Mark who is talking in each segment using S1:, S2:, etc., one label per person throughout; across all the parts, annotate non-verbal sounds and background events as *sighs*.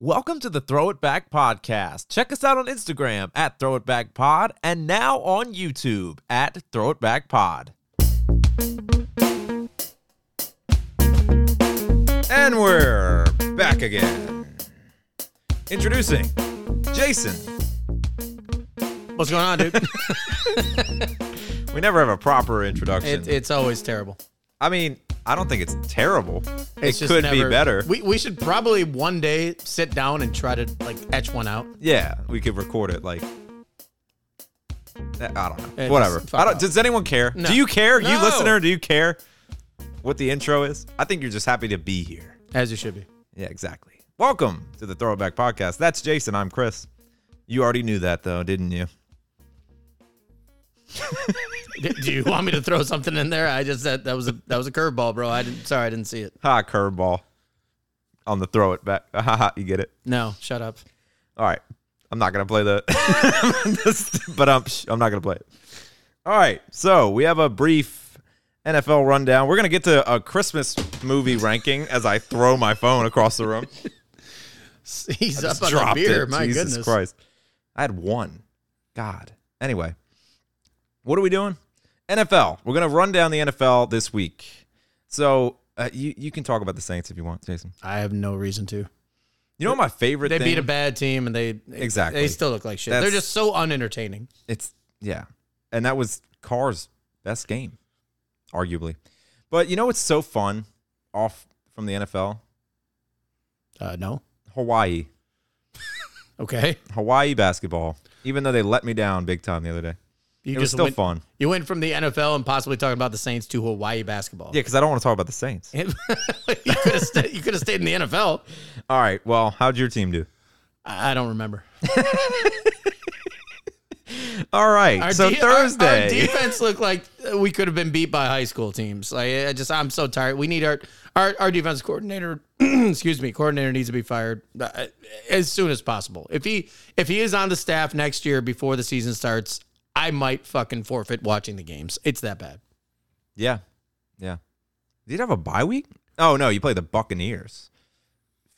S1: Welcome to the Throw It Back Podcast. Check us out on Instagram at Throw It Back Pod and now on YouTube at Throw It Back Pod.
S2: And we're back again. Introducing Jason.
S3: What's going on, *laughs* dude?
S2: We never have a proper introduction.
S3: it, it's always terrible.
S2: I mean, I don't think it's terrible.
S3: It's
S2: it
S3: just
S2: could be
S3: never-
S2: better.
S3: We, we should probably one day sit down and try to like etch one out.
S2: yeah, we could record it like. eh, I don't know.
S3: It's
S2: Whatever.
S3: Eh, fuck
S2: I don't,
S3: off.
S2: does anyone care?
S3: No.
S2: Do you care, you
S3: No.
S2: listener? Do you care what the intro is? I think you're just happy to be here.
S3: As you should be.
S2: Yeah, exactly. Welcome to the Throwback Podcast. That's Jason. I'm Chris. You already knew that though, didn't you?
S3: D- Do you want me to throw something in there? I just that that was a that was a curveball, bro. I didn't. Sorry, I didn't see it.
S2: Ha, curveball. On the throw it back. *laughs* Ha ha, you get it.
S3: No, shut up.
S2: All right. I'm not going to play the. *laughs* but I'm, I'm not going to play it. All right. So we have a brief NFL rundown. We're going to get to a Christmas movie ranking as I throw my phone across the
S3: *laughs*
S2: room.
S3: He's up on a
S2: Dropped
S3: beer.
S2: it.
S3: My
S2: Jesus
S3: goodness.
S2: Christ. I had one. God. Anyway, what are we doing? NFL. We're going to run down the NFL this week. So uh, you, you can talk about the Saints if you want, Jason.
S3: I have no reason to.
S2: You know what my favorite
S3: They
S2: thing?
S3: beat a bad team and they
S2: Exactly.
S3: they still look like shit.
S2: That's-
S3: They're just so unentertaining.
S2: It's yeah, and that was Carr's best game, arguably. But you know what's so fun off from the NFL?
S3: Uh, no.
S2: Hawaii,
S3: Okay.
S2: Hawaii basketball. Even though they let me down big time the other day,
S3: You
S2: it was still
S3: went,
S2: fun.
S3: You went from the NFL and possibly talking about the Saints to Hawaii basketball.
S2: Yeah, because I don't want to talk about the Saints.
S3: you could have stayed, *laughs* you could have stayed in the NFL.
S2: All right, well, how'd your team do?
S3: I I don't remember.
S2: All right,
S3: Our
S2: so
S3: de- our- our,
S2: Thursday.
S3: defense looked like we could have been beat by high school teams. Like I just, I'm so tired. We need our our, our defense coordinator. *clears throat* excuse me, coordinator needs to be fired uh, as soon as possible. If he if he is on the staff next year before the season starts, I might fucking forfeit watching the games. It's that bad.
S2: yeah, yeah. Did you have a bye week? Oh no, you played the Buccaneers.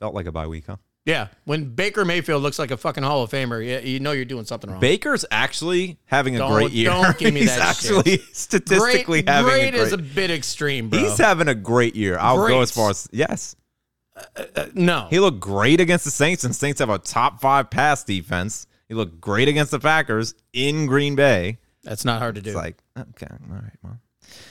S2: Felt like a bye week, huh?
S3: Yeah, when Baker Mayfield looks like a fucking Hall of Famer, you, you know you're doing something wrong.
S2: Baker's actually having a
S3: Don't-
S2: great year.
S3: don't give
S2: *laughs*
S3: me
S2: He's
S3: that shit.
S2: actually statistically
S3: great,
S2: having
S3: great
S2: a great
S3: is a bit extreme, bro.
S2: He's having a great year. I'll go
S3: Great.
S2: as far as yes.
S3: no,
S2: He looked great against the Saints, and Saints have a top five pass defense. He looked great against the Packers in Green Bay.
S3: that's not hard to do.
S2: It's like okay, all right, well.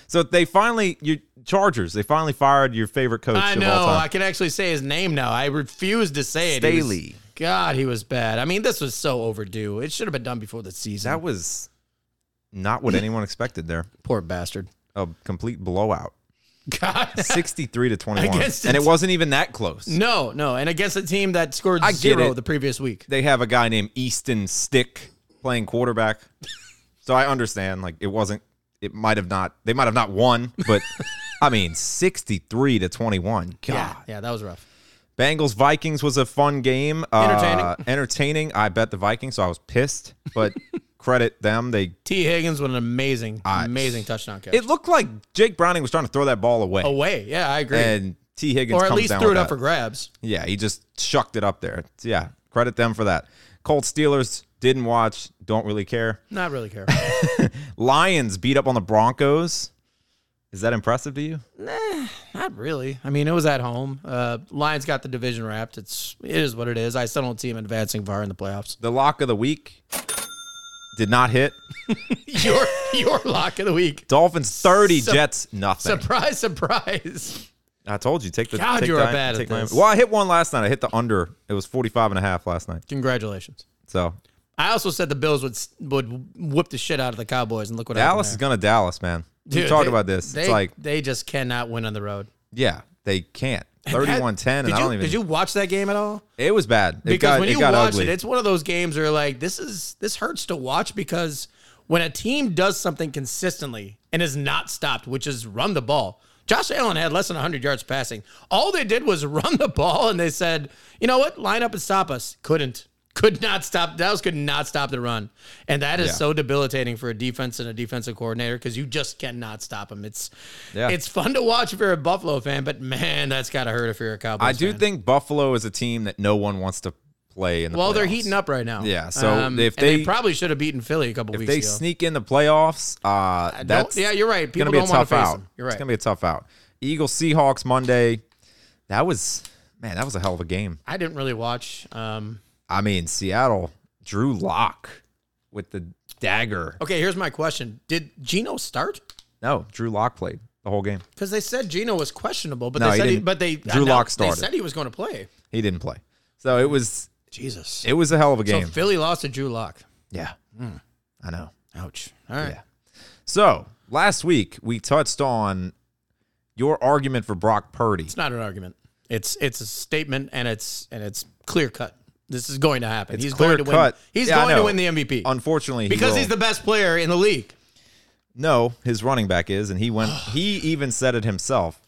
S2: So they finally your Chargers. They finally fired your favorite coach
S3: I
S2: of
S3: know.
S2: all
S3: I
S2: time.
S3: can actually say his name now. I refuse to say it. He was-
S2: Staley.
S3: God, he was bad. I mean, this was so overdue. It should have been done before the season.
S2: That was not what anyone expected there.
S3: Poor bastard.
S2: A complete blowout,
S3: *laughs* God.
S2: sixty-three to twenty-one,
S3: Against
S2: and it
S3: it.
S2: wasn't even that close.
S3: no, no. And against a team that scored
S2: I get
S3: zero
S2: it.
S3: the previous week.
S2: they have a guy named Easton Stick playing quarterback. so I understand like it wasn't it might have not they might have not won, but
S3: *laughs*
S2: I mean 63 to 21. God.
S3: Yeah, yeah, that was rough.
S2: Bengals Vikings was a fun game. Uh,
S3: Entertaining.
S2: *laughs* entertaining. I bet the Vikings, so I was pissed, but
S3: *laughs*
S2: credit them. They
S3: T. Higgins with an amazing, amazing touchdown catch.
S2: it looked like Jake Browning was trying to throw that ball away.
S3: Away. Yeah, I agree.
S2: and T. Higgins
S3: Oh, or at
S2: comes
S3: least
S2: down
S3: threw
S2: with
S3: it up
S2: that.
S3: for grabs.
S2: Yeah, he just shucked it up there. Yeah, credit them for that. Colts Steelers didn't watch, don't really care.
S3: Not
S2: *laughs*
S3: really care.
S2: Lions beat up on the Broncos. Is that impressive to you?
S3: Not really. I mean, it was at home. Uh, Lions got the division wrapped. It's it is what it is. I still don't see him advancing far in the playoffs. *laughs*
S2: The lock of the week did not hit.
S3: your your lock of the week.
S2: Dolphins 30,
S3: Sup-
S2: Jets nothing.
S3: Surprise, surprise.
S2: I told you, take the
S3: God,
S2: take
S3: you are
S2: the-
S3: bad at
S2: take Miami.
S3: this.
S2: Well, I hit one last night. I hit the under. It was 45 and a half last night.
S3: Congratulations.
S2: So
S3: I also said the Bills would would whip the shit out of the Cowboys, and look what
S2: Dallas is
S3: happened.
S2: going to Dallas, man.
S3: there.
S2: we
S3: Dude,
S2: talked
S3: they-
S2: about this.
S3: They,
S2: it's like,
S3: they just cannot win on the road.
S2: yeah, they can't. 31 10,
S3: Did
S2: and I
S3: you,
S2: don't even.
S3: did you watch that game at all?
S2: it was bad. It
S3: Because
S2: got,
S3: when
S2: it
S3: you
S2: got
S3: watch
S2: ugly.
S3: it, it's one of those games where like this is this hurts to watch because when a team does something consistently and is not stopped, which is run the ball. Josh Allen had less than 100 yards *laughs* passing. All they did was run the ball, and they said, "You know what? Line up and stop us." Couldn't. could not stop Dallas could not stop the run. And that is
S2: Yeah.
S3: so debilitating for a defense and a defensive coordinator because you just cannot stop them. It's
S2: Yeah.
S3: it's fun to watch if you're a Buffalo fan, but man, that's gotta hurt if you're a Cowboys
S2: I do
S3: fan.
S2: think Buffalo is a team that no one wants to play in the
S3: well, they're
S2: playoffs.
S3: heating up right now.
S2: Yeah, so
S3: Um,
S2: if
S3: and
S2: they-
S3: probably should have beaten Philly a couple
S2: If
S3: weeks
S2: they
S3: ago.
S2: sneak in the playoffs, uh,
S3: Don't-
S2: that's
S3: yeah, you're right.
S2: gonna
S3: People
S2: be
S3: don't
S2: a tough
S3: want to face
S2: out.
S3: them. You're right.
S2: It's gonna be a tough out. Eagles Seahawks Monday. That was man, that was a hell of a game.
S3: I didn't really watch. Um,
S2: I mean, Seattle Drew Lock with the dagger.
S3: okay, here's my question: Did Gino start?
S2: No, Drew Lock played the whole game.
S3: Because they said Gino was questionable, but
S2: No,
S3: they
S2: he
S3: said he,
S2: didn't.
S3: but they
S2: Drew
S3: I know,
S2: Lock
S3: They
S2: started.
S3: said he was going to play.
S2: He didn't play. So it was
S3: Jesus.
S2: it was a hell of a
S3: So Hmm.
S2: game.
S3: Philly lost to Drew Lock.
S2: yeah. I know.
S3: Ouch. All right.
S2: Yeah. So last week we touched on your argument for Brock Purdy.
S3: It's not an argument. It's it's a statement, and it's and it's clear cut. This is going to happen. he's
S2: clear
S3: going to
S2: cut.
S3: win. He's
S2: Yeah, I
S3: going to
S2: know.
S3: win the MVP
S2: Unfortunately, he
S3: because
S2: will.
S3: he's the best player in the league.
S2: No, his running back is, and he
S3: *sighs*
S2: went. he even said it himself.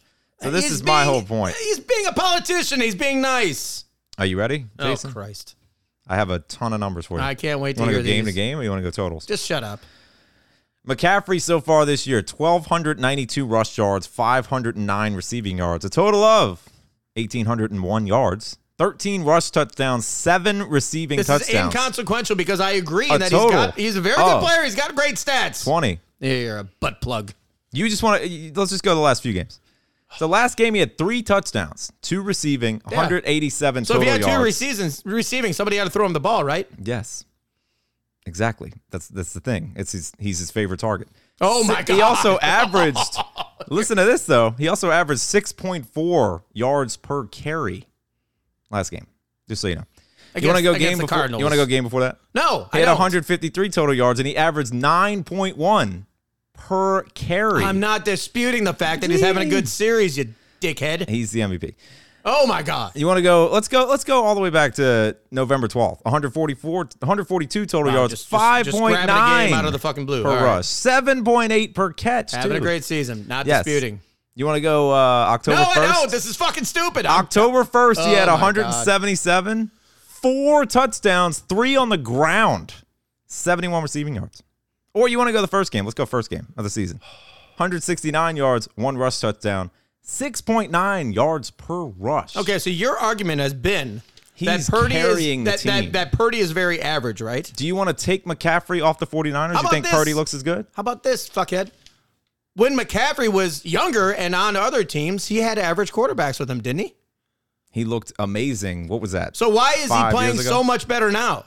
S2: So this
S3: He's
S2: is my
S3: being-
S2: whole point.
S3: He's being a politician. He's being nice.
S2: Are you ready, Jason?
S3: Oh Christ!
S2: I have a ton of numbers for you.
S3: I can't wait to
S2: want to
S3: hear
S2: go game
S3: these.
S2: to game, or you want to go totals?
S3: Just shut up.
S2: McCaffrey so far this year: twelve hundred ninety-two rush yards, five hundred nine receiving yards, a total of eighteen hundred and one yards, thirteen rush touchdowns, seven receiving
S3: This
S2: touchdowns,
S3: is inconsequential because I agree
S2: A
S3: that
S2: total.
S3: he's got he's a very
S2: Oh.
S3: good player. He's got great stats.
S2: twenty.
S3: Yeah, you're a butt plug.
S2: You just want to let's just go to the last few games. So last game he had three touchdowns, two receiving, one hundred eighty-seven
S3: So
S2: total
S3: if you had two
S2: yards.
S3: receivings, receiving, somebody had to throw him the ball, right?
S2: Yes. Exactly. That's that's the thing. It's his, he's his favorite target.
S3: Oh my
S2: He
S3: god!
S2: also averaged *laughs* Listen to this though. He also averaged 6.4 yards per carry last game. Just so you know. you want to
S3: Against-
S2: go
S3: against
S2: game
S3: the
S2: before
S3: Cardinals.
S2: You want to go game before that?
S3: no,
S2: He
S3: I
S2: had
S3: don't.
S2: 153 total yards and he averaged 9.1 per carry.
S3: I'm not disputing the fact that he's having a good series. You dickhead!
S2: he's the MVP.
S3: Oh my god!
S2: You want to go? Let's go. Let's go all the way back to November 12th. 144 142 total yards,
S3: Just- just- just
S2: 5.9
S3: grabbing a game out of the fucking blue.
S2: per
S3: All right.
S2: rush, seven point eight per catch.
S3: Having a
S2: too.
S3: great season. Not
S2: Yes.
S3: disputing.
S2: You want to go uh, October
S3: No, I
S2: first?
S3: don't. This is fucking stupid. I'm-
S2: October first, he
S3: Oh
S2: had
S3: my
S2: 177, four touchdowns, three on the ground, 71 receiving yards. Or you want to go the first game? Let's go first game of the season. 169 yards, one rush touchdown, 6.9 yards per rush.
S3: okay, so your argument has been
S2: He's
S3: that Purdy
S2: carrying
S3: is
S2: the
S3: that,
S2: team.
S3: that that Purdy is very average, right?
S2: Do you want to take McCaffrey off the 49ers? You
S3: about
S2: think
S3: this?
S2: Purdy looks as good?
S3: How about this, fuckhead? When McCaffrey was younger and on other teams, he had average quarterbacks with him, didn't he?
S2: He looked amazing. What was that?
S3: So why is
S2: Five
S3: he playing
S2: years ago.
S3: so much better now?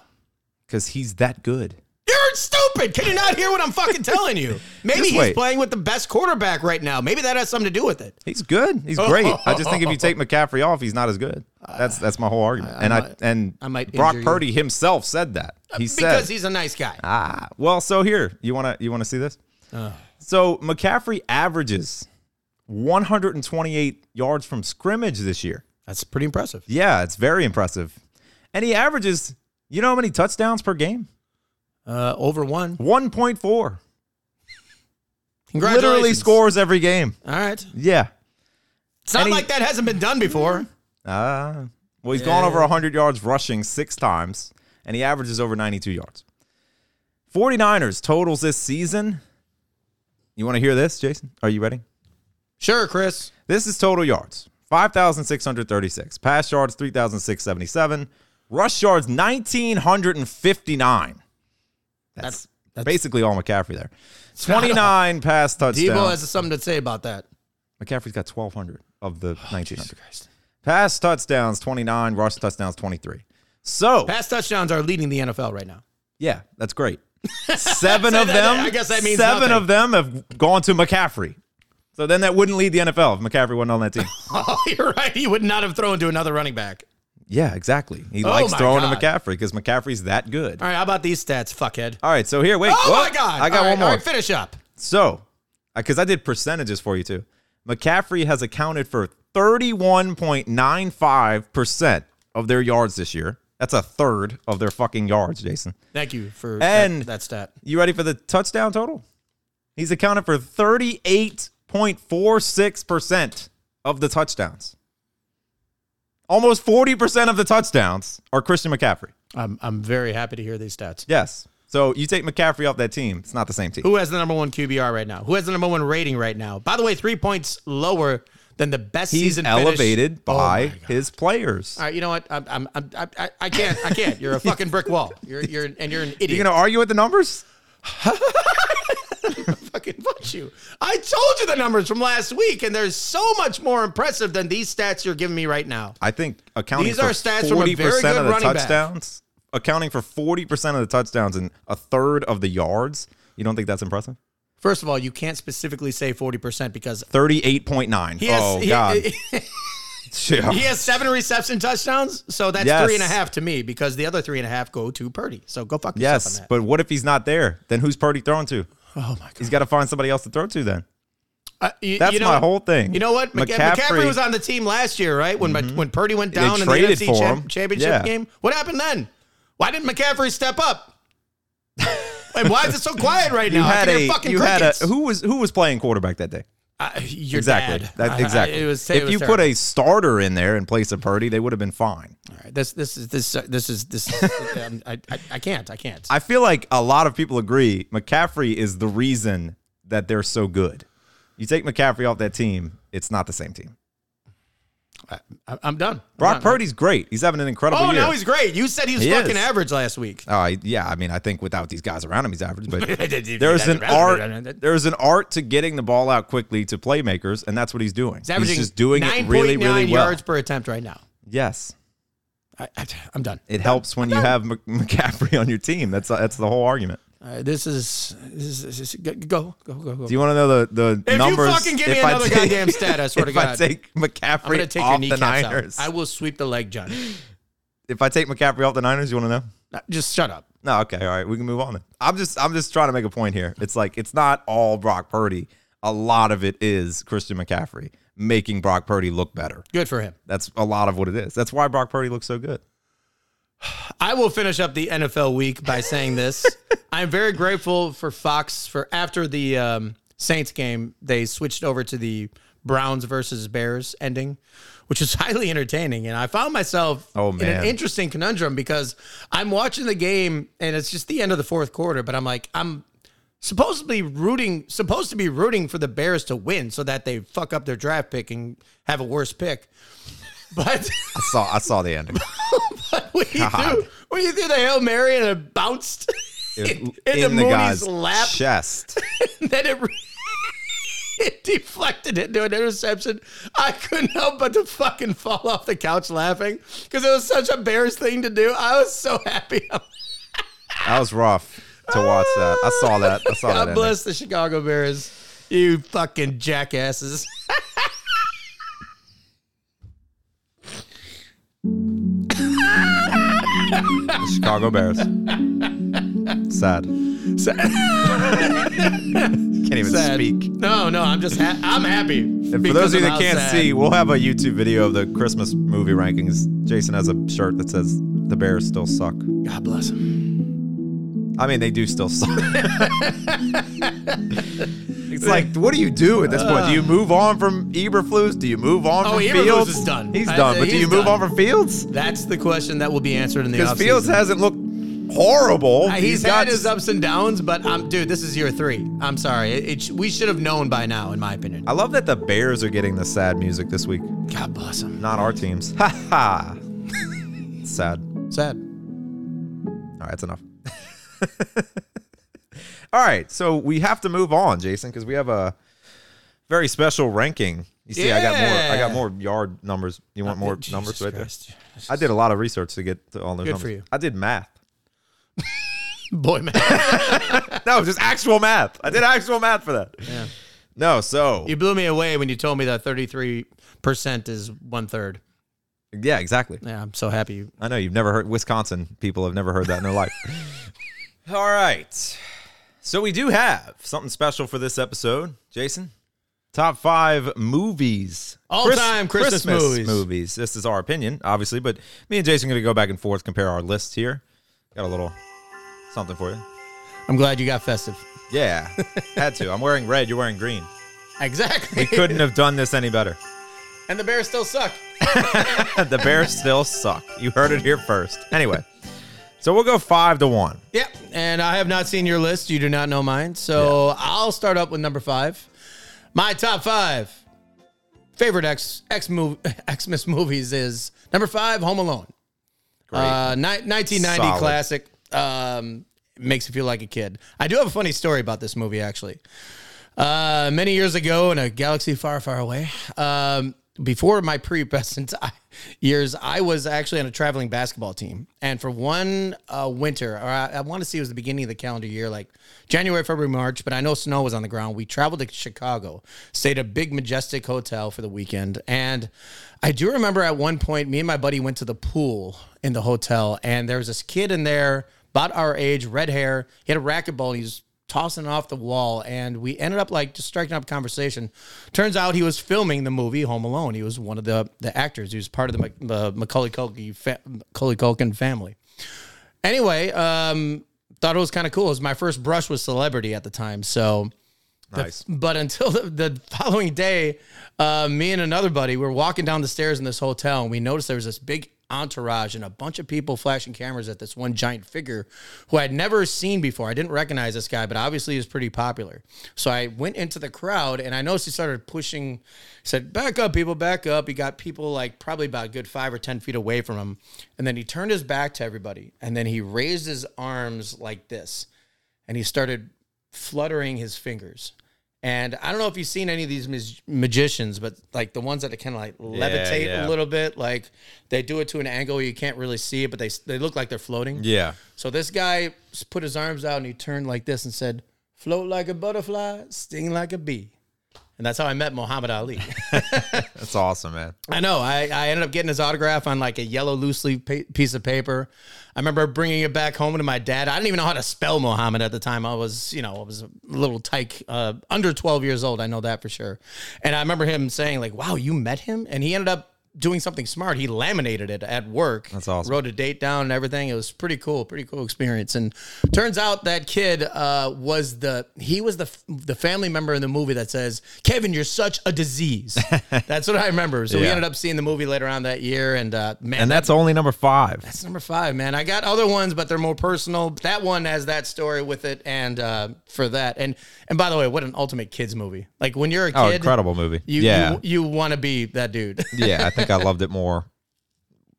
S2: Because he's that good.
S3: You're stupid. Can you not hear what I'm fucking
S2: *laughs*
S3: telling you? Maybe
S2: Just
S3: he's
S2: wait.
S3: playing with the best quarterback right now. Maybe that has something to do with it.
S2: He's good.
S3: Oh.
S2: He's great. I just think if you take McCaffrey off, he's not as good. That's that's my whole argument. and I
S3: might-
S2: and
S3: I might
S2: Brock
S3: injure you. Uh,
S2: Purdy himself said that. He said,
S3: Because he's a nice guy.
S2: "Ah, well, so here you want to you want to see this?
S3: Uh.
S2: So McCaffrey averages 128 yards from scrimmage this year.
S3: That's pretty impressive.
S2: Yeah, it's very impressive. And he averages, you know how many touchdowns per game?
S3: Uh, over one.
S2: 1.4.
S3: Congratulations.
S2: Literally scores every game.
S3: All right.
S2: Yeah.
S3: It's not
S2: And he-
S3: like that hasn't been done before.
S2: Uh, well, he's gone over 100 yards rushing six times, and he averages over 92 yards. 49ers totals this season. You want to hear this, Jason? Are you ready?
S3: Sure, Chris.
S2: This is total yards 5,636. Pass yards 3,677. Rush yards 1,959. That's,
S3: That's- that's-
S2: basically all McCaffrey
S3: *laughs*
S2: there. 29 pass
S3: Debo
S2: touchdowns.
S3: has something to say about that.
S2: McCaffrey's got 1,200 of the
S3: Oh,
S2: 1,900. Pass touchdowns 29, rush touchdowns 23. So,
S3: Pass touchdowns are leading the NFL right now. *laughs*
S2: yeah, that's great. Seven of
S3: that-
S2: them.
S3: I guess that means
S2: seven
S3: nothing.
S2: of them have gone to McCaffrey. So then that wouldn't lead the NFL if McCaffrey wasn't on
S3: *laughs*
S2: that team.
S3: Oh, you're right. He would not have thrown to another running back.
S2: yeah, exactly. He
S3: Oh
S2: likes
S3: my
S2: throwing to
S3: God.
S2: McCaffrey because McCaffrey's that good.
S3: All right, how about these stats, fuckhead?
S2: All right, so here, wait.
S3: Oh
S2: what?
S3: my god!
S2: I got
S3: All right,
S2: one more.
S3: All right, finish up.
S2: So, because I did percentages for you too, McCaffrey has accounted for 31.95% of their yards this year. That's a third of their fucking yards, Jason.
S3: Thank you for
S2: And-
S3: that, that stat.
S2: You ready for the touchdown total? He's accounted for 38.46% of the touchdowns. Almost 40% of the touchdowns are Christian McCaffrey.
S3: I'm I'm very happy to hear these stats.
S2: Yes. So you take McCaffrey off that team, it's not the same team.
S3: Who has the number one QBR right now? Who has the number one rating right now? By the way, three points lower than the best
S2: He's
S3: season.
S2: elevated
S3: finish. Oh
S2: by
S3: my God.
S2: his players.
S3: All right, you know what? I'm, I'm, I'm, I, I- I can't. I can't. *laughs* You're a fucking brick wall. You're, you're, and you're an idiot.
S2: You gonna argue with the numbers?
S3: *laughs* fucking punch you. I told you the numbers from last week, and they're so much more impressive than these stats you're giving me right now.
S2: I think accounting
S3: These
S2: for
S3: are stats from a very
S2: 40%
S3: good
S2: of the
S3: running back.
S2: touchdowns, accounting for 40% of the touchdowns and a third of the yards, you don't think that's impressive?
S3: First of all, you can't specifically say forty percent because
S2: 38.9.
S3: he has
S2: oh,
S3: he,
S2: God. Yeah.
S3: he has seven reception touchdowns. So that's
S2: Yes.
S3: three and a half to me because the other three and a half go to Purdy. So go fuck yourself
S2: yes,
S3: on that.
S2: but what if he's not there? Then who's Purdy throwing to?
S3: oh my god,
S2: He's got to find somebody else to throw to then.
S3: Uh, you-
S2: That's
S3: you know
S2: my
S3: what?
S2: whole thing.
S3: You know what? McC- McCaffrey,
S2: McCaffrey- Mm-hmm.
S3: was on the team last year, right? When Mc- when Purdy went down in the
S2: traded
S3: NFC
S2: for
S3: cha-
S2: him.
S3: championship
S2: Yeah.
S3: game, what happened then? Why didn't McCaffrey step up? and why
S2: *laughs*
S3: is it so quiet right now? I can hear fucking
S2: you had a
S3: crickets.
S2: who was who was playing quarterback that day?
S3: Uh, your
S2: Exactly.
S3: dad.
S2: That
S3: I-
S2: exactly.
S3: I- it was,
S2: if you put a starter in there in place of Purdy, they would have been fine.
S3: All right, this this is this uh, this is this.
S2: *laughs*
S3: um, I, I I can't I can't.
S2: I feel like a lot of people agree McCaffrey is the reason that they're so good. You take McCaffrey off that team, it's not the same team.
S3: I, I, I'm done. I'm
S2: Brock
S3: done.
S2: Purdy's great. He's having an incredible
S3: Oh,
S2: year.
S3: now he's great. You said he was
S2: He
S3: fucking
S2: is.
S3: average last week.
S2: Uh, yeah, I mean, I think without these guys around him, he's average.
S3: *laughs*
S2: But there's an art. There's an art to getting the ball out quickly to playmakers, and that's what he's doing.
S3: He's averaging
S2: he's just doing it
S3: 9.9
S2: really, really well.
S3: yards per attempt right now.
S2: Yes,
S3: I, I, I'm done.
S2: it helps when you have Mc- *laughs* McCaffrey on your team. That's that's the whole argument.
S3: Uh, this is this is, this is go go go go. go.
S2: Do you want to know the the
S3: if
S2: numbers?
S3: you fucking give me
S2: if I
S3: another
S2: take-
S3: goddamn stat, I swear
S2: *laughs*
S3: to
S2: If I
S3: God,
S2: take
S3: I'm gonna
S2: McCaffrey
S3: take your
S2: off the
S3: kneecaps out.
S2: Niners,
S3: I will sweep the leg, Johnny.
S2: if I take McCaffrey off the Niners, you want to know?
S3: Uh, Just shut up.
S2: No, okay, all right, we can move on. Then. I'm just I'm just trying to make a point here. It's like it's not all Brock Purdy. A lot of it is Christian McCaffrey making Brock Purdy look better.
S3: Good for him.
S2: That's a lot of what it is. That's why Brock Purdy looks so good.
S3: I will finish up the NFL week by saying
S2: *laughs*
S3: this. I'm very grateful for Fox for after the um, Saints game, they switched over to the Browns versus Bears ending, which is *laughs* highly entertaining. And I found myself
S2: Oh,
S3: in
S2: man.
S3: an interesting conundrum because I'm watching the game and it's just the end of the fourth quarter, but I'm like, I'm supposedly rooting supposed to be rooting for the Bears to win so that they fuck up their draft pick and have a worse pick. *laughs* But
S2: I saw I saw the ending.
S3: when you threw, when you threw the hail mary and it bounced *laughs* *laughs* in, in the Mooney's lap,
S2: chest.
S3: and *laughs* then it, re- *laughs* it deflected into an interception. I couldn't help but to fucking fall off the couch laughing because it was such a Bears thing to do. I was so happy. *laughs*
S2: That was rough to watch that. I saw that. I saw that.
S3: God
S2: ending.
S3: bless the Chicago Bears. You fucking jackasses. *laughs*
S2: The Chicago Bears. Sad.
S3: Sad.
S2: *laughs* Can't even speak.
S3: No, no, I'm just ha- I'm happy.
S2: And for those of you that can't see, we'll have a YouTube video of the Christmas movie rankings. Jason has a shirt that says the Bears still suck.
S3: God bless him.
S2: I mean, they do still
S3: *laughs*
S2: suck. it's like, what do you do at this point? Do you move on from Eberflus? Do you move on
S3: Oh,
S2: from
S3: Eberflus
S2: Fields?
S3: is done.
S2: He's
S3: I-
S2: done. But do
S3: he's
S2: you move
S3: done.
S2: on from Fields?
S3: That's the question that will be answered in the
S2: Because
S3: offseason.
S2: Fields hasn't looked horrible.
S3: Uh, He's had his ups and downs, but I'm dude. This is year three. I'm sorry. It, it sh- we should have known by now, in my opinion.
S2: I love that the Bears are getting the sad music this week.
S3: God bless him.
S2: Not our teams. Ha ha. Sad.
S3: Sad.
S2: All right, that's enough. *laughs* All right, so we have to move on, Jason, because we have a very special ranking. You see, I got more. I got
S3: Yeah. Oh,
S2: more yard numbers. You want more
S3: Jesus
S2: numbers right
S3: Christ.
S2: there? I did a lot of research to get to all those
S3: Good
S2: numbers.
S3: for you.
S2: I did math.
S3: Boy, man, *laughs*
S2: No, just actual math. I did actual math for that.
S3: Yeah.
S2: No, so
S3: you blew me away when you told me that 33 percent is one third.
S2: yeah, exactly.
S3: Yeah, I'm so happy.
S2: I know you've never heard Wisconsin people have never heard that in their life. *laughs* All right. So we do have something special for this episode, Jason. Top five movies.
S3: All-time Christmas movies.
S2: This is our opinion, obviously, but me and Jason are gonna go back and forth, compare our lists here. Got a little something for you.
S3: I'm glad you got festive.
S2: *laughs* Yeah. had to. I'm wearing red, you're wearing green.
S3: Exactly.
S2: We couldn't have done this any better.
S3: *laughs*
S2: *laughs*
S3: and the Bears still suck.
S2: the Bears still suck. You heard it here first. Anyway, so we'll go five to one.
S3: Yep. And I have not seen your list. You do not know mine. So I'll start up with number five. My top five favorite X X move *laughs* Xmas movies is number five, Home Alone. Uh, ni- 1990
S2: Solid.
S3: classic. Um, makes you feel like a kid. I do have a funny story about this movie, actually. Uh, many years ago in a galaxy far, far away, um, before my prepubescent *laughs* I- years, I was actually on a traveling basketball team. And for one uh, winter, or I, I want to see it was the beginning of the calendar year, like January, February, March, but I know snow was on the ground. We traveled to Chicago, stayed at a big, majestic hotel for the weekend. And I do remember at one point, me and my buddy went to the pool in the hotel, and there was this kid in there about our age, red hair. He had a racquetball. And he was tossing it off the wall, and we ended up like just striking up conversation. Turns out he was filming the movie Home Alone. He was one of the the actors. He was part of the, Mac- the Macaulay Culkin, fa- Macaulay Culkin family. Anyway, um, thought it was kind of cool. It was my first brush with celebrity at the time, so
S2: Nice.
S3: but until the, the following day, uh, me and another buddy were walking down the stairs in this hotel, and we noticed there was this big entourage and a bunch of people flashing cameras at this one giant figure who I'd never seen before. I didn't recognize this guy, but obviously he was pretty popular. So I went into the crowd, and I noticed he started pushing, said, "Back up, people, back up." He got people like probably about a good five or ten feet away from him, and then he turned his back to everybody, and then he raised his arms like this and he started fluttering his fingers. And I don't know if you've seen any of these mag- magicians, but like the ones that kind of like levitate
S2: yeah.
S3: a little bit, like they do it to an angle where you can't really see it, but they they look like they're floating.
S2: Yeah.
S3: So this guy s- put his arms out and he turned like this and said, "Float like a butterfly, sting like a bee," and that's how I met Muhammad Ali. *laughs*
S2: That's awesome, man.
S3: I know. I, I ended up getting his autograph on like a yellow loose leaf pa- piece of paper. I remember bringing it back home to my dad. I didn't even know how to spell Mohammed at the time. I was, you know, I was a little tyke, uh, under 12 years old. I know that for sure. And I remember him saying like, wow, you met him? And he ended up doing something smart. He laminated it at work.
S2: That's awesome.
S3: Wrote a date down and everything. It was pretty cool, pretty cool experience. And turns out that kid uh, was the he was the the family member in the movie that says, "Kevin, you're such
S2: *laughs*
S3: a disease." that's what I remember. So we
S2: Yeah.
S3: ended up seeing the movie later on that year, and uh, man,
S2: And that's only number five.
S3: that's number five, man. I got other ones, but they're more personal. That one has that story with it, and uh, for that, and and by the way, what an ultimate kids movie! Like when you're a kid,
S2: Oh, incredible movie.
S3: You,
S2: yeah.
S3: you you want to be that dude. *laughs*
S2: yeah, I think I loved it more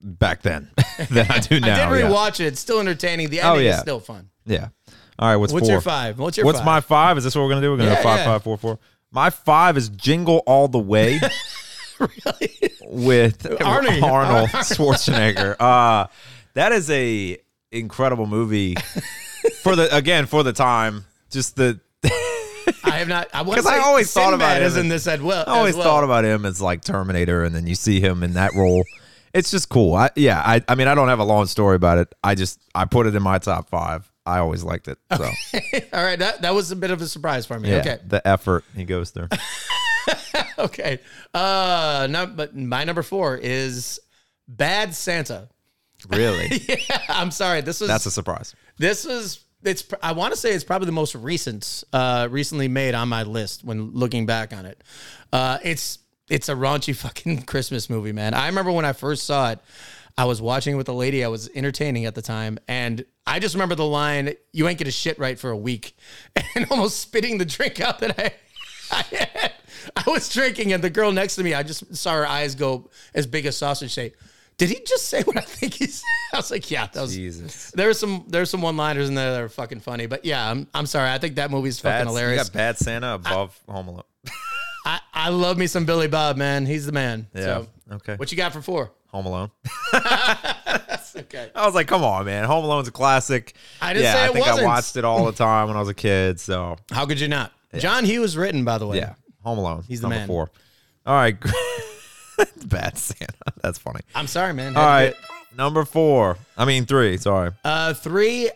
S2: back
S3: *laughs*
S2: then than I do now.
S3: I did
S2: yeah. Oh,
S3: rewatch it. It's still entertaining. The ending is
S2: yeah.
S3: still fun.
S2: Yeah. All right. What's,
S3: What's
S2: four?
S3: your five? What's your
S2: What's
S3: five?
S2: my five? Is this what we're gonna do? We're gonna
S3: Yeah,
S2: go five,
S3: yeah.
S2: five, four, four. My five is Jingle All the
S3: *laughs*
S2: Way
S3: Really?
S2: with
S3: Arnie. *laughs*
S2: Arnold Schwarzenegger. Uh, that is a incredible
S3: *laughs*
S2: movie for the again for the time. Just the
S3: I have not. I because
S2: I always thought about him
S3: as in
S2: and-
S3: this as well.
S2: I always
S3: as well.
S2: thought about him as like Terminator, and then you see him in that role. It's just cool. I, yeah, I, I mean, I don't have a long story about it. I just I put it in my top five. I always liked it. So
S3: All right, that, that was a bit of a surprise for me.
S2: yeah,
S3: Okay, *laughs*
S2: the effort he goes through.
S3: okay. Uh, no, but my number four is Bad Santa.
S2: really,
S3: Yeah, I'm sorry. This
S2: *laughs*
S3: was
S2: that's a surprise.
S3: this was it's pr- i want to say it's probably the most recent uh recently made on my list when looking back on it uh it's it's a raunchy *laughs* fucking christmas movie man i remember when i first saw it i was watching it with a lady i was entertaining at the time and i just remember the line you ain't get a shit right for a week *laughs* and almost spitting the drink out that i I, *laughs* had. I was drinking and the girl next to me i just saw her eyes go as big as sausage say did he just say what i think he said i was like yeah that was
S2: Jesus,
S3: there's some there's some one liners in there that are fucking funny, but yeah, I'm I'm sorry. I think that movie's fucking hilarious.
S2: You got Bad Santa above Home Alone.
S3: I, I love me some Billy Bob, man. He's the man.
S2: Yeah.
S3: So,
S2: okay.
S3: what you got for four?
S2: Home Alone. *laughs*
S3: Okay.
S2: I was like, come on, man. Home Alone's a classic.
S3: I didn't
S2: yeah,
S3: say
S2: I
S3: it
S2: think
S3: wasn't.
S2: I watched it all the time when I was a kid. So
S3: How could you not? John Hughes written, by the way.
S2: yeah, Home Alone.
S3: He's the
S2: number
S3: man.
S2: Four. All right. *laughs* Bad Santa. That's funny.
S3: I'm sorry, man.
S2: All
S3: Had to
S2: right.
S3: do it.
S2: Number four. I mean three. Sorry.
S3: Uh, three.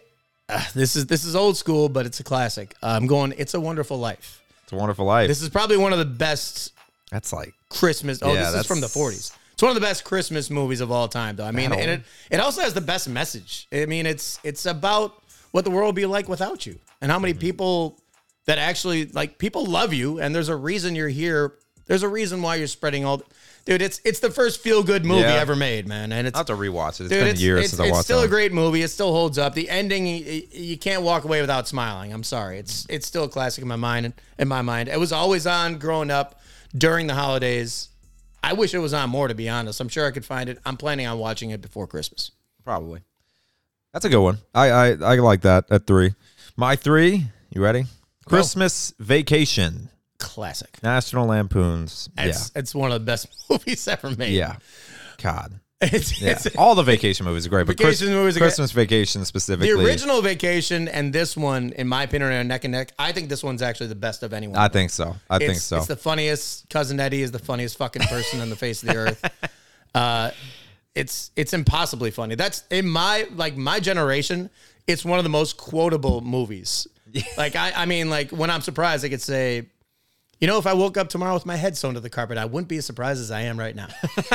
S3: uh, this is this is old school, but it's a classic. Uh, I'm going. It's a Wonderful Life.
S2: It's a Wonderful Life.
S3: This is probably one of the best
S2: That's like
S3: Christmas. Oh,
S2: Yeah,
S3: this is
S2: that's-
S3: from the 40s. It's one of the best Christmas movies of all time, though. I mean,
S2: That
S3: and
S2: old.
S3: it it also has the best message. I mean, it's it's about what the world would be like without
S2: Mm-hmm.
S3: you, and how many people that actually like people love you, and there's a reason you're here There's a reason why you're spreading all. Dude, it's it's the first feel good movie
S2: Yeah.
S3: ever made, man, and it's
S2: I'll have to rewatch it. It's
S3: Dude,
S2: been
S3: it's,
S2: years
S3: it's-
S2: since I
S3: it's
S2: watched
S3: still
S2: that.
S3: a great movie. It still holds up. The ending, y- y- you can't walk away without smiling. I'm sorry. It's it's still a classic in my mind. In my mind, it was always on growing up during the holidays. I wish it was on more. To be honest, I'm sure I could find it. I'm planning on watching it before Christmas.
S2: Probably. That's a good one. I, I I like that at three. My three. You ready? Christmas Vacation.
S3: Classic.
S2: National Lampoons.
S3: It's it's one of the best *laughs* movies ever made.
S2: yeah. Yeah. God.
S3: *laughs* It's,
S2: Yeah.
S3: *laughs* it's-
S2: All the vacation movies are great, but Christ-
S3: Vacation movies are great.
S2: Christmas Vacation
S3: the
S2: specifically.
S3: original Vacation and this one, in my opinion, are neck and neck. I think this one's actually the best of anyone.
S2: I think so. I think
S3: it's,
S2: so.
S3: It's the funniest. Cousin Eddie is the funniest fucking person on the face of the earth.
S2: *laughs*
S3: Uh, it's it's impossibly funny. That's in my like my generation. It's one of the most quotable movies. Like I, I mean, like when I'm surprised, I could say, you know, if I woke up tomorrow with my head sewn to the carpet, I wouldn't be as surprised as I am right now.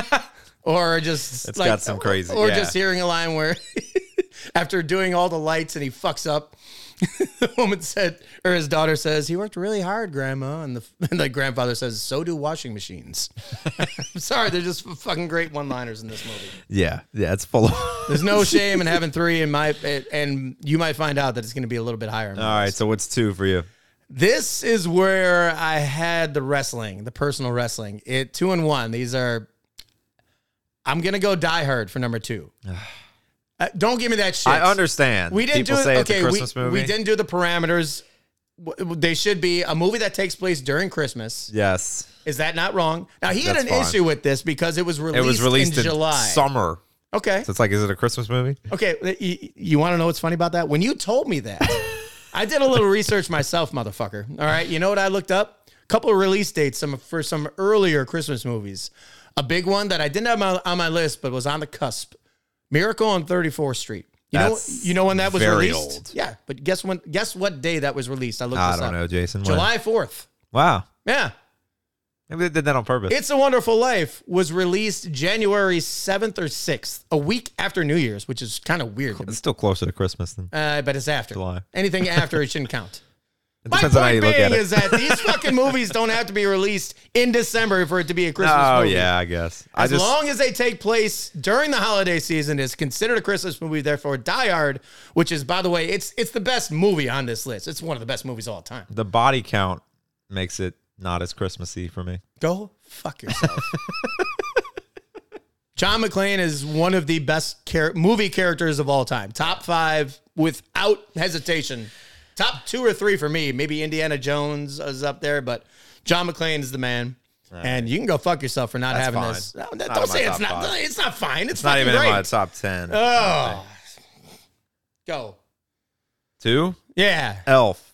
S3: *laughs* or just
S2: It's got some crazy-
S3: Or
S2: yeah.
S3: just hearing a line where *laughs* after doing all the lights and he fucks up. *laughs* the woman said, or his daughter says, he worked really hard, grandma. And the, *laughs* and the grandfather says, so do washing machines. *laughs* I'm sorry, they're just fucking great one liners in this movie.
S2: yeah. Yeah. It's
S3: *laughs*
S2: full of. *laughs*
S3: There's no shame in having three, in my, and you might find out that it's going to be a little bit higher.
S2: All right. So what's two for you?
S3: This is where I had the wrestling, the personal wrestling. It two and one. These are. I'm gonna go Die Hard for
S2: *sighs*
S3: number two. Uh, don't give me that shit.
S2: I understand.
S3: We didn't
S2: People
S3: do it.
S2: say it's
S3: okay,
S2: a Christmas
S3: we,
S2: movie.
S3: we didn't do the parameters. W- w- They should be a movie that takes place during Christmas.
S2: Yes.
S3: Is that not wrong? Now he had
S2: That's
S3: an
S2: fine.
S3: issue with this because it was released,
S2: It was released
S3: in, July.
S2: summer.
S3: okay,
S2: So it's like, is it a Christmas movie?
S3: Okay, you, you want to know what's funny about that? When you told
S2: *laughs*
S3: me that, I did a little research myself, motherfucker. All right, you know what I looked up? A couple of release dates some, for some earlier Christmas movies. A big one that I didn't have my, on my list, but was on the cusp: Miracle on 34th Street. You
S2: That's
S3: know, you know when that was
S2: very
S3: released?
S2: old.
S3: Yeah, but guess when? Guess what day that was released? I looked
S2: I
S3: this
S2: don't
S3: up.
S2: know, Jason. When?
S3: July 4th.
S2: Wow.
S3: Yeah,
S2: Maybe they did that on purpose.
S3: it's a Wonderful Life was released January 7th or 6th, a week after New Year's, which is kind of weird. to me.
S2: It's still closer to Christmas than.
S3: Uh, but it's after.
S2: July.
S3: Anything after it shouldn't count.
S2: It
S3: My
S2: *laughs* depends on how you
S3: point
S2: look at
S3: being
S2: it.
S3: is that these fucking movies don't have to be released in December for it to be a Christmas
S2: oh
S3: movie.
S2: yeah, I guess. I
S3: As
S2: just
S3: long as they take place during the holiday season, is considered a Christmas movie. Therefore, Die Hard, which is, by the way, it's it's the best movie on this list. It's one of the best movies of all time.
S2: the body count makes it not as Christmassy for me.
S3: Go fuck yourself. *laughs* John McClane is one of the best char- movie characters of all time. Top five without hesitation. Top two or three for me. Maybe Indiana Jones is up there, but John McClane is the man. And you can go fuck yourself for not
S2: That's
S3: having
S2: fine.
S3: this. No,
S2: Not in
S3: don't
S2: my
S3: say it's
S2: top
S3: not.
S2: five.
S3: It's not fine. It's,
S2: It's not even
S3: great.
S2: in my top ten.
S3: Oh, go.
S2: Two
S3: Yeah,
S2: Elf.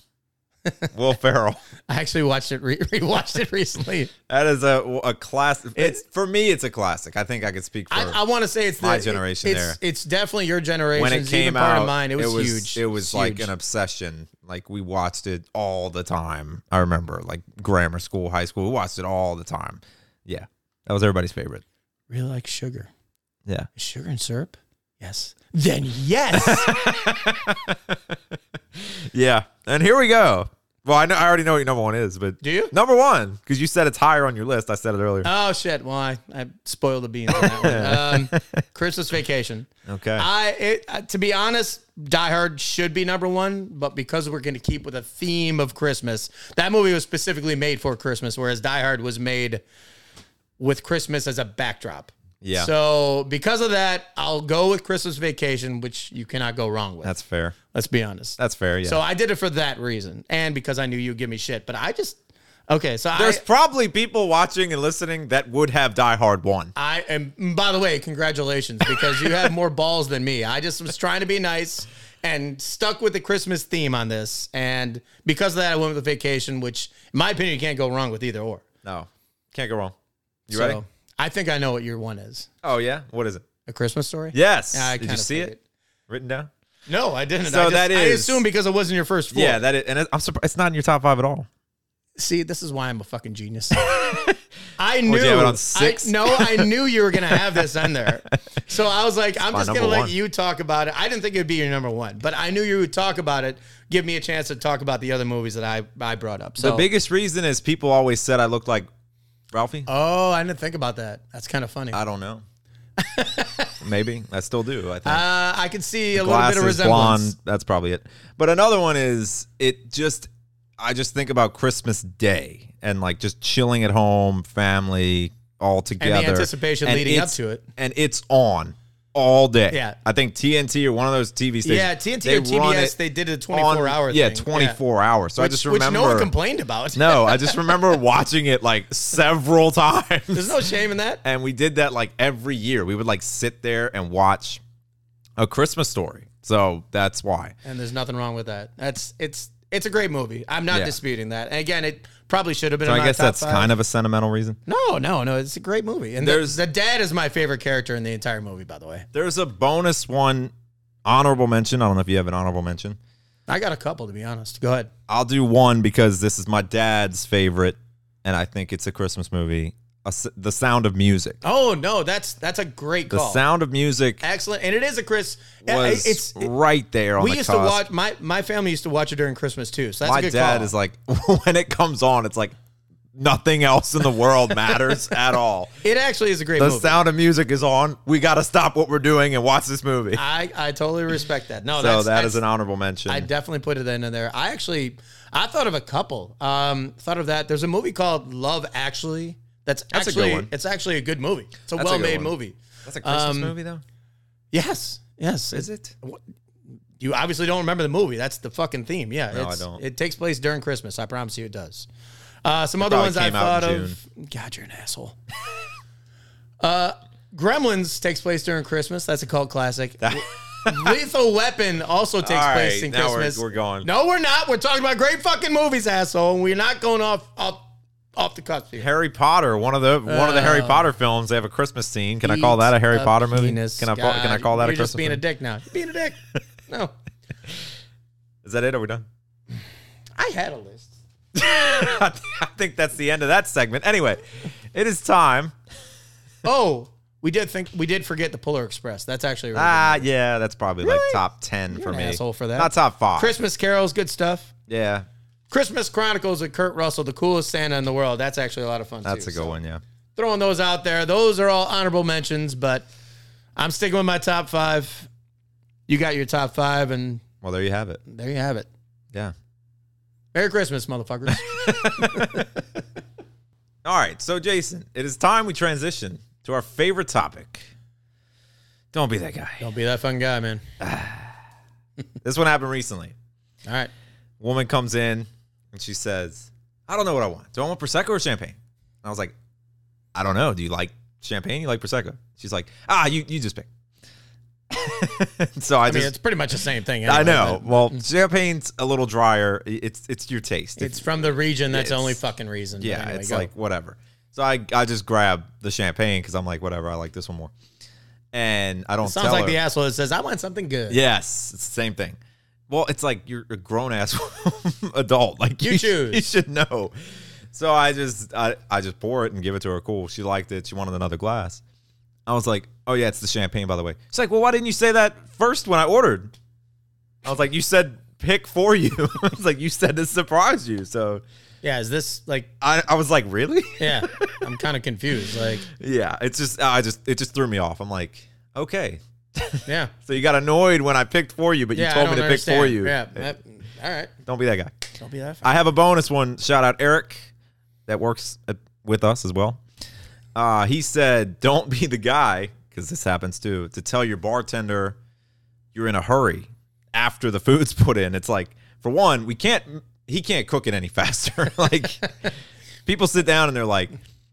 S2: Will Ferrell. *laughs*
S3: I actually watched it. Re- *laughs* rewatched it recently.
S2: That is a a classic. It's for me. It's a classic. I think I could speak for
S3: I, I want to say it's
S2: my
S3: the,
S2: generation
S3: It's,
S2: there.
S3: it's definitely your generation.
S2: when it
S3: It's
S2: came
S3: even part
S2: out.
S3: of mine. It was, huge.
S2: It was
S3: It's
S2: like
S3: huge.
S2: an obsession. Like we watched it all the time. I remember, like grammar school, high school. We watched it all the time. Yeah, that was everybody's favorite.
S3: really like sugar,
S2: Yeah.
S3: sugar and syrup. Yes. Then yes.
S2: Yeah. And here we go. Well, I know I already know what your number one is, but
S3: Do you?
S2: Number one, because you said it's higher on your list. I said it earlier.
S3: *laughs* oh shit! Well, I, I spoiled the beans on that
S2: *laughs*
S3: one. Um, Christmas vacation.
S2: okay.
S3: I it, uh, to be honest, Die Hard should be number one, but because we're going to keep with a theme of Christmas, that movie was specifically made for Christmas, whereas Die Hard was made with Christmas as a backdrop.
S2: Yeah.
S3: So because of that, I'll go with Christmas Vacation, which you cannot go wrong with.
S2: That's fair.
S3: let's be honest.
S2: That's fair. Yeah.
S3: So I did it for that reason, and because I knew you'd give me shit. But I just okay. So
S2: There's
S3: I,
S2: probably people watching and listening that would have Die Hard one.
S3: I am. By the way, congratulations because you have more balls than me. I just was trying to be nice and stuck with the Christmas theme on this, and because of that, I went with the vacation, which, in my opinion, you can't go wrong with either or.
S2: No, can't go wrong. You
S3: so
S2: ready?
S3: I think I know what your one is.
S2: Oh yeah. What is it?
S3: A Christmas story.
S2: Yes.
S3: Yeah, I
S2: Did you
S3: kinda
S2: see it?
S3: figured.
S2: Written down?
S3: No, I didn't.
S2: So
S3: I just,
S2: that
S3: I
S2: is-
S3: assume because it wasn't your first. Four.
S2: Yeah, that is, and it, I'm surprised it's not in your top five at all.
S3: See, this is why I'm a
S2: *laughs*
S3: fucking genius. I knew.
S2: you have it on
S3: I-
S2: six?
S3: no, I
S2: *laughs*
S3: knew you were gonna have this on there. So I was like, I'm
S2: my
S3: just gonna
S2: number
S3: let
S2: one.
S3: you talk about it. I didn't think it'd be your number one, but I knew you would talk about it. Give me a chance to talk about the other movies that I I brought up. So
S2: The biggest reason is people always said I looked like Ralphie?
S3: Oh, I didn't think about that. That's kind of funny. Uh,
S2: I don't
S3: *laughs*
S2: know. Maybe I still do. I think
S3: Uh, I can see a little bit of
S2: glasses,
S3: resemblance.
S2: blonde. That's probably it. But another one is it just. I just think about Christmas Day and like just chilling at home, family all together,
S3: anticipation leading up
S2: it's-
S3: to it.
S2: and it's on all day.
S3: Yeah.
S2: I think TNT or one of those TV stations.
S3: Yeah, TNT or
S2: they run
S3: TBS,
S2: it
S3: they did a
S2: on-
S3: 24 hour
S2: Yeah,
S3: thing.
S2: 24 hours. So I just
S3: Which
S2: remember
S3: no one complained about.
S2: No, I just remember watching it like several *laughs* times.
S3: There's no shame in that.
S2: and we did that like every year. We would like sit there and watch a Christmas story. So that's why.
S3: And there's nothing wrong with that. That's it's it's a great movie. I'm not
S2: Yeah.
S3: disputing that. And again, it probably should have been.
S2: So
S3: in
S2: I
S3: my
S2: guess
S3: top
S2: that's
S3: five.
S2: kind of a sentimental reason.
S3: No, no, no. It's a great movie. And
S2: There's-
S3: there's the, dad is my favorite character in the entire movie. By the way,
S2: There's a bonus one honorable mention. I don't know if you have an honorable mention.
S3: I got a couple to be honest. Go ahead.
S2: I'll do one because this is my dad's favorite, and I think it's a Christmas movie. A s the Sound of Music.
S3: Oh no, that's that's a great
S2: The
S3: call.
S2: Sound of Music
S3: Excellent, and it is a Chris. uh,
S2: was
S3: Oh. Eh, it's it-
S2: right there on
S3: we
S2: the
S3: used to
S2: cusp.
S3: watch my my family used to watch it during Christmas too. So that's
S2: my
S3: a good
S2: dad
S3: call.
S2: is like *laughs* when it comes on it's like nothing else in the world
S3: *laughs*
S2: matters at all
S3: it actually is a great
S2: the
S3: movie.
S2: sound of music is on we gotta stop what we're doing and watch this movie
S3: I I totally respect that.
S2: so
S3: No, Ah, that's,
S2: that
S3: that's
S2: is an honorable mention
S3: I definitely put it in there. I actually I thought of a couple. Um, thought of that. There's a movie called Love Actually. That's
S2: That's a good
S3: actually
S2: one.
S3: it's actually a good movie. It's
S2: That's a
S3: a
S2: good
S3: well-made
S2: one.
S3: movie.
S2: that's a christmas
S3: um,
S2: movie though
S3: Yes, yes.
S2: is
S3: It's,
S2: it
S3: you obviously don't remember the movie. That's the fucking theme. Yeah,
S2: No, I
S3: it's-
S2: don't.
S3: It takes place during Christmas. I promise you, it does. Uh, some other
S2: probably
S3: ones I
S2: came out
S3: thought
S2: in
S3: of. God, you're an asshole. *laughs* uh, Gremlins takes place during Christmas. That's a cult classic. Lethal
S2: *laughs*
S3: Weapon also takes
S2: All
S3: place
S2: right,
S3: in
S2: now we're-
S3: Christmas.
S2: we're going.
S3: No, we're not. We're talking about great fucking movies, asshole. And we're not going off off off the cuff here.
S2: harry potter one of the one of the harry potter films they have a christmas scene can i call that a harry
S3: Uh, Eat
S2: potter
S3: a
S2: movie
S3: penis.
S2: can i call, can i
S3: God,
S2: call that
S3: You're
S2: a
S3: just
S2: christmas
S3: being
S2: movie
S3: a dick now. You're being
S2: *laughs*
S3: a dick. no,
S2: is that it are we done *laughs*
S3: I had a list.
S2: I think that's the end of that segment. Anyway, it is time.
S3: Oh, we did think we did forget the Polar Express. That's actually a really good.
S2: Ah, yeah, that's probably like
S3: Really?
S2: top 10 for
S3: an
S2: me.
S3: asshole for that.
S2: Not top five.
S3: Christmas Carol's good stuff.
S2: Yeah,
S3: Christmas Chronicles of Kurt Russell, the coolest Santa in the world. That's actually a lot of fun.
S2: that's
S3: too.
S2: a good
S3: So
S2: one. Yeah.
S3: throwing those out there. Those are all honorable mentions, but I'm sticking with my top five. You got your top five, and
S2: Well, there you have it.
S3: there you have it.
S2: Yeah.
S3: Merry Christmas, motherfuckers.
S2: All right. So, Jason, it is time we transition to our favorite topic. Don't be that guy.
S3: *laughs* Don't be that fun guy, man.
S2: This one happened recently.
S3: All right.
S2: Woman comes in and she says, I don't know what I want. Do I want Prosecco or champagne? And I was like, I don't know. Do you like champagne? You like Prosecco? She's like, ah, you, you just pick. *laughs* so I,
S3: I mean,
S2: just,
S3: it's pretty much the same thing.
S2: I
S3: anyway,
S2: know.
S3: but
S2: Well, champagne's a little drier. It's it's your taste. If
S3: It's from the region. That's the
S2: It's-
S3: only fucking reason. But
S2: Yeah,
S3: anyway,
S2: it's
S3: go.
S2: like whatever. So I I just grab the champagne because I'm like whatever. I like this one more, and I don't
S3: sounds
S2: tell
S3: like
S2: her.
S3: the asshole that says, "I want something good."
S2: yes, it's the same thing. Well, it's like you're a grown ass *laughs* adult. Like
S3: You
S2: sh-
S3: choose.
S2: You should know. So I just I, I just pour it and give it to her. Cool. She liked it. She wanted another glass. I was like, oh yeah, it's the champagne, by the way. She's like, well, why didn't you say that first when I ordered? I was like, you said pick for you. *laughs* I was like, you said to surprise you. So
S3: Yeah, is this like?
S2: I, I was like, really?
S3: Yeah,
S2: *laughs*
S3: I'm kind of confused. Like,
S2: Yeah, it's just I just it just threw me off. I'm like, okay,
S3: yeah,
S2: so you got annoyed when I picked for you, but
S3: yeah.
S2: you
S3: I
S2: told me
S3: don't
S2: to
S3: understand.
S2: pick for you.
S3: Yeah. that- all right.
S2: Don't be that guy.
S3: Don't be that. Fun.
S2: I have a bonus one. Shout out Eric, that works at, with us as well. Uh, he said, "Don't be the guy," because this happens too. To tell your bartender you're in a hurry after the food's *laughs* put in. It's like, for one, we can't. He can't cook it any *laughs* faster. like, people sit down and they're like,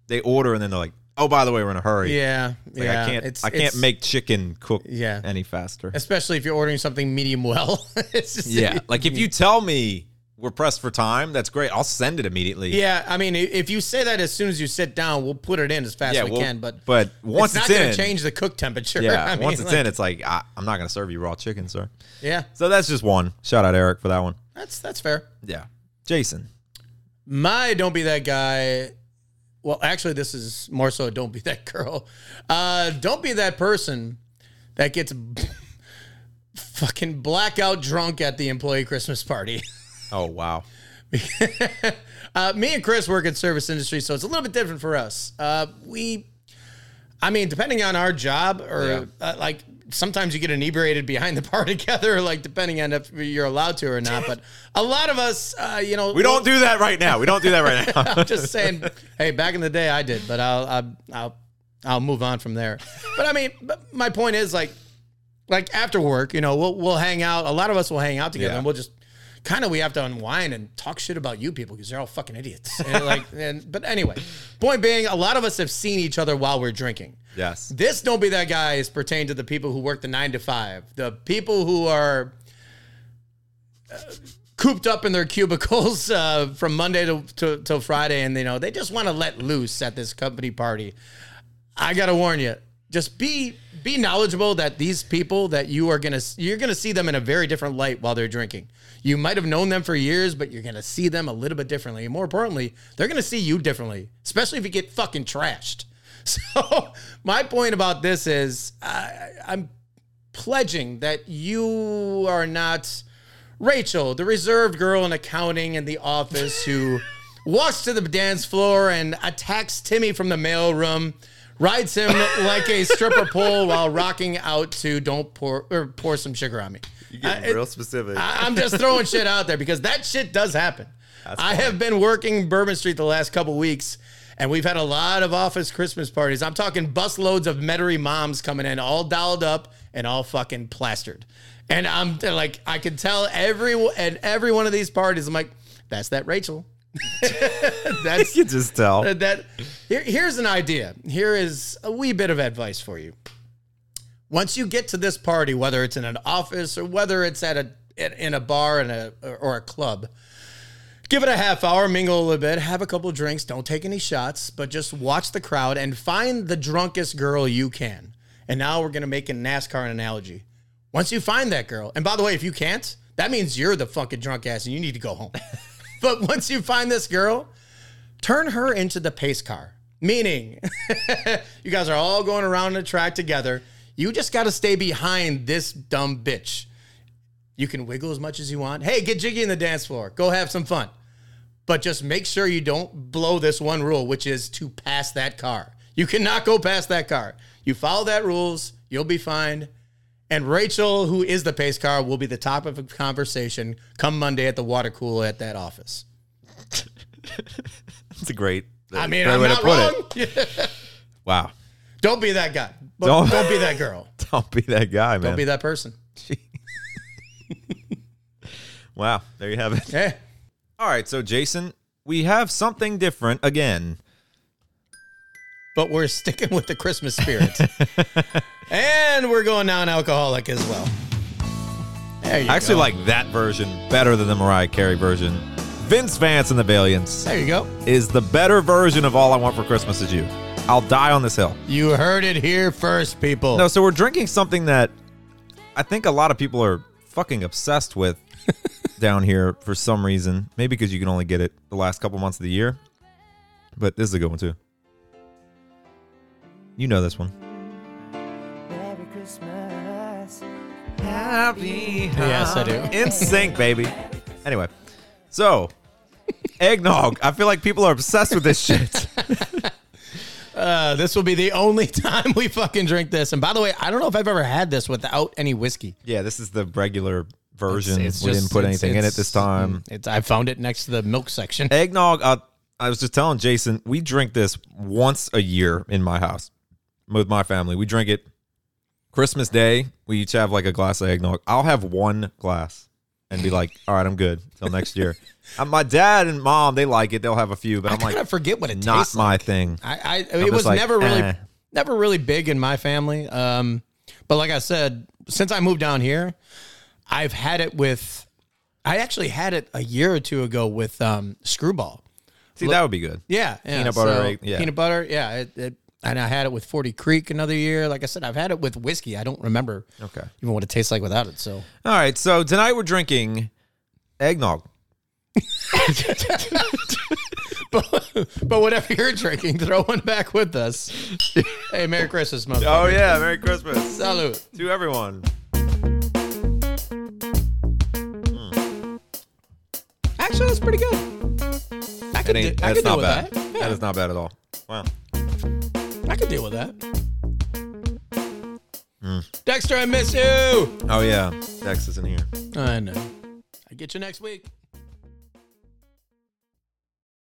S2: they order and then they're like, "Oh, by the way, we're in a hurry."
S3: Yeah.
S2: Like
S3: yeah.
S2: I can't
S3: It's-
S2: I can't
S3: it's-
S2: make chicken cook
S3: Yeah.
S2: any faster.
S3: especially if you're ordering something medium well. *laughs* it's just
S2: Yeah. Like if you tell me we're pressed for time, that's great. I'll send it immediately.
S3: Yeah, I mean, i- if you say that as soon as you sit down, we'll put it in as fast as we
S2: well,
S3: can. But
S2: but once
S3: it's not
S2: it's,
S3: going
S2: in,
S3: to change the cook temperature. *laughs*
S2: yeah,
S3: I mean,
S2: once it's
S3: like,
S2: in, it's like I, I'm not gonna serve you raw chicken, sir.
S3: yeah,
S2: So that's just one. Shout out Eric for that one.
S3: that's that's fair.
S2: Yeah, Jason.
S3: My don't be that guy. Well, actually, this is more so don't be *laughs* that girl. Uh, don't be that person that gets fucking blackout drunk at the employee Christmas party. *laughs*
S2: Oh wow,
S3: uh, me and Chris work in service industry, so it's a little bit different for us. Uh, we, I mean, depending on our job, or uh, like sometimes you get inebriated behind the bar *laughs* together, like depending on if you're allowed to
S2: *laughs*
S3: or not. But a lot of us, uh, you know,
S2: We don't do that right now. We don't do that right
S3: *laughs*
S2: now.
S3: I'm just saying, hey, back in the day I did, but I'll I'll I'll, I'll move on from there. But I mean, but my point is like like after work, you know, we'll we'll hang out. A lot of us will hang out together,
S2: Yeah.
S3: and we'll just kind of we have to unwind and talk shit about you people because they're all fucking idiots. And like, and but anyway, point being, a lot of us have seen each other while we're drinking.
S2: yes.
S3: This don't be that guy is pertained to the people who work the nine to five, the people who are uh, cooped up in their *laughs* cubicles uh, from Monday to, to till Friday, and you know they just want to let loose at this company party. I gotta warn you, just be be knowledgeable that these people that you are gonna you're gonna see them in a very different light while they're drinking. You might have known them for years, but you're gonna see them a little bit differently. And more importantly, they're gonna see you differently, especially if you get fucking trashed. *laughs* So my point about this is, I, I'm pledging that you are not Rachel, the reserved girl in accounting in the office who walks to the dance floor and attacks Timmy from the mailroom, rides him like a stripper pole while rocking out to "Don't pour or pour some sugar on me." I- it-
S2: real specific.
S3: I, I'm just throwing shit out there because that shit does happen. I have been working Bourbon Street the last couple weeks, and we've had a lot of office Christmas parties. I'm talking busloads of Metairie moms coming in, all dialed up and all fucking plastered. And I'm they're like, I can tell every and every one of these parties. I'm like, that's that Rachel. *laughs* that's
S2: you can just tell.
S3: that, Uh, that- here, here's an idea. Here is a wee bit of advice for you. Once you get to this party, whether it's in an office or whether it's at a in- in a bar and a or a club, give it a half hour, mingle a little bit, have a couple of drinks, don't take any shots, but just watch the crowd and find the drunkest girl you can. And now we're gonna make a NASCAR analogy. Once you find that girl, and by the way, if you can't, that means you're the fucking drunk ass and you need to go home. *laughs* but once you find this girl, turn her into the pace car. Meaning, *laughs* you guys are all going around the track together. You just got to stay behind this dumb bitch. You can wiggle as much as you want. Hey, get jiggy in the dance floor. Go have some fun. But just make sure you don't blow this one rule, which is to pass that car. You cannot go past that car. You follow that rules, you'll be fine. And Rachel, who is the pace car, will be the topic of conversation come Monday at the water cooler at that office.
S2: It's a great. uh,
S3: I mean,
S2: great
S3: I'm
S2: way
S3: not
S2: to put it.
S3: wrong.
S2: Wow. *laughs*
S3: Don't be that guy. But
S2: Don't- *laughs*
S3: don't, be that girl.
S2: Don't be that guy, man.
S3: Don't be that person.
S2: wow. There you have it.
S3: Eh.
S2: All right. So, Jason, we have something different again.
S3: But we're sticking with the
S2: *laughs*
S3: Christmas spirit. and we're going non-alcoholic as well. There you
S2: I actually
S3: go.
S2: like that version better than the Mariah Carey version. Vince Vance and the Valiants
S3: There you go.
S2: is the better version of All I Want for Christmas Is You. I'll die on this hill.
S3: You heard it here first, people.
S2: No, so we're drinking something that I think a lot of people are fucking obsessed with down here for some reason. Maybe because you can only get it the last couple months of the year. But this is a good one too. You know this one.
S4: Merry Christmas.
S3: *laughs* Yes, I
S2: *laughs*
S3: do.
S2: In sync, baby. Anyway, so eggnog. I feel like people are obsessed with this shit.
S3: Uh, this will be the only *laughs* time we fucking drink this. And by the way, I don't know if I've ever had this without any whiskey.
S2: *laughs* Yeah, this is the regular version.
S3: It's
S2: we
S3: just-
S2: didn't put
S3: it's-
S2: anything in it
S3: it's-
S2: this time.
S3: It's, I found it next to the milk section.
S2: eggnog. Uh, I was just telling Jason, we drink this once a year in my house with my family. We drink it Christmas Day. We each have like a glass of eggnog. I'll have one glass and be like, "All right, I'm good till next *laughs* year." Uh, my dad and mom, they like it. They'll have a few, but
S3: I
S2: I'm like,
S3: kind of forget what it
S2: not
S3: tastes
S2: my
S3: like.
S2: thing.
S3: I, I
S2: just
S3: it was
S2: like,
S3: never really
S2: eh.
S3: never really big in my family. Um, but like I said, since I moved down here, I've had it with. I actually had it a year or two ago with um, Screwball.
S2: See, that would be good.
S3: Yeah, yeah,
S2: Peanut butter, right? Yeah.
S3: peanut butter. Yeah, it, it, and I had it with Forty Creek another year. Like I said, I've had it with whiskey. I don't remember
S2: Okay.
S3: even what it tastes like without it. So *laughs*
S2: All right, so tonight we're drinking eggnog.
S3: But whatever you're drinking, throw one back
S2: *laughs*
S3: with us. hey, Merry Christmas, motherfucker.
S2: Oh yeah, Merry Christmas
S3: Salute.
S2: to everyone.
S3: Actually, actually, that's pretty good. I
S2: That
S3: could,
S2: ain't-
S3: do, I
S2: that's
S3: could deal
S2: not
S3: with
S2: bad.
S3: that.
S2: That is not bad at all. Wow.
S3: I could deal with that. Dexter, I miss you.
S2: Mm. Oh yeah, Dex isn't here.
S3: I know. I get you next week.